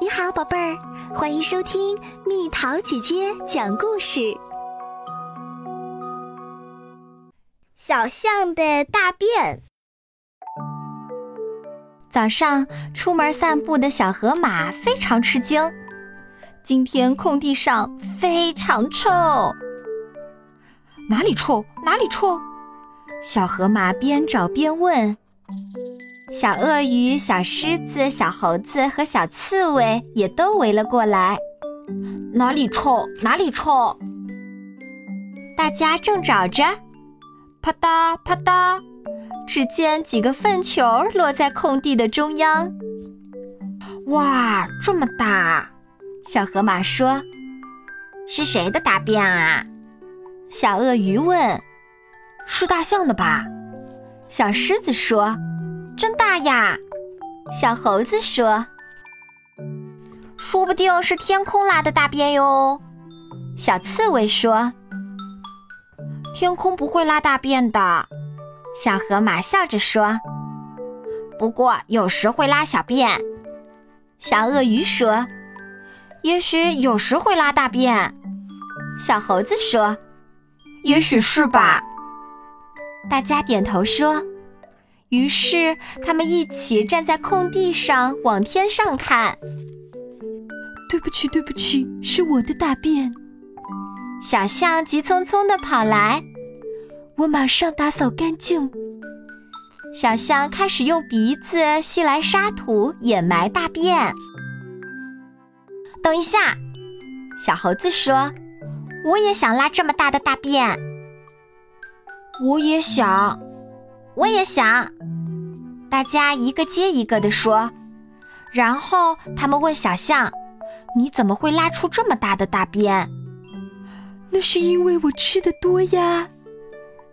你好，宝贝儿，欢迎收听蜜桃姐姐讲故事。小象的大便。早上出门散步的小河马非常吃惊，今天空地上非常臭。哪里臭？哪里臭？小河马边找边问。小鳄鱼、小狮子、小猴子和小刺猬也都围了过来。哪里臭？哪里臭？大家正找着，啪嗒啪嗒，只见几个粪球落在空地的中央。哇，这么大！小河马说：“是谁的大便啊？”小鳄鱼问：“是大象的吧？”小狮子说。真大呀！小猴子说：“说不定是天空拉的大便哟。”小刺猬说：“天空不会拉大便的。”小河马笑着说：“不过有时会拉小便。”小鳄鱼说：“也许有时会拉大便。”小猴子说：“也许是吧。”大家点头说。于是，他们一起站在空地上，往天上看。对不起，对不起，是我的大便。小象急匆匆地跑来，我马上打扫干净。小象开始用鼻子吸来沙土，掩埋大便。等一下，小猴子说：“我也想拉这么大的大便。”我也想。我也想，大家一个接一个的说，然后他们问小象：“你怎么会拉出这么大的大便？”“那是因为我吃的多呀。”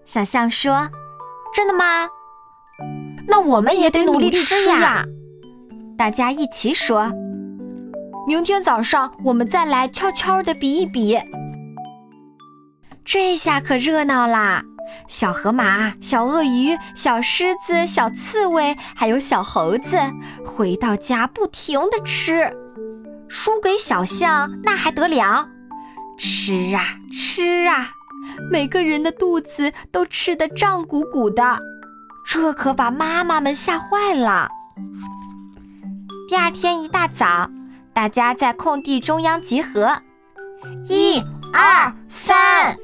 小象说。 “真的吗？那我们也得努力吃呀、啊！”大家一起说。 “明天早上我们再来悄悄的比一比。”这下可热闹啦！小河马、小鳄鱼、小狮子、小刺猬，还有小猴子，回到家不停的吃，输给小象那还得了？吃啊吃啊，每个人的肚子都吃得胀鼓鼓的，这可把妈妈们吓坏了。第二天一大早，大家在空地中央集合，一、二、三。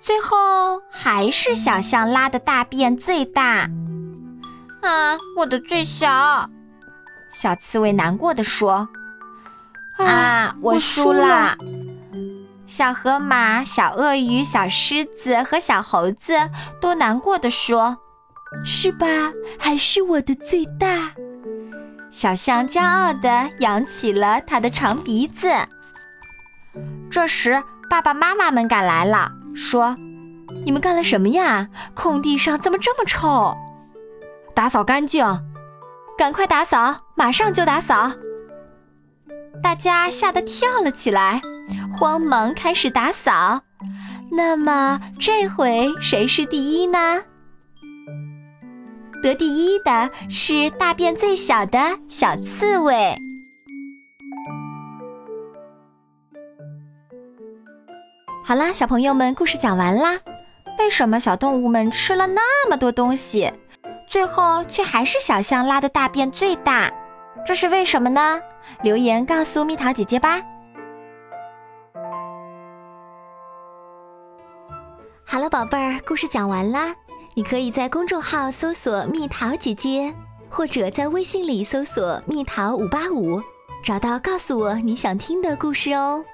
最后还是小象拉的大便最大，啊，我的最小，小刺猬难过的说：“啊，我输啦！”小河马、小鳄鱼、小狮子和小猴子都难过的说：“是吧？还是我的最大。”小象骄傲的扬起了它的长鼻子。这时，爸爸妈妈们赶来了。说：“你们干了什么呀？空地上怎么这么臭？打扫干净，赶快打扫，马上就打扫！”大家吓得跳了起来，慌忙开始打扫。那么这回谁是第一呢？得第一的是大便最小的小刺猬。好啦，小朋友们，故事讲完啦。为什么小动物们吃了那么多东西，最后却还是小象拉的大便最大？这是为什么呢？留言告诉蜜桃姐姐吧。好了，宝贝儿，故事讲完啦。你可以在公众号搜索“蜜桃姐姐”，或者在微信里搜索“蜜桃五八五”，找到告诉我你想听的故事哦。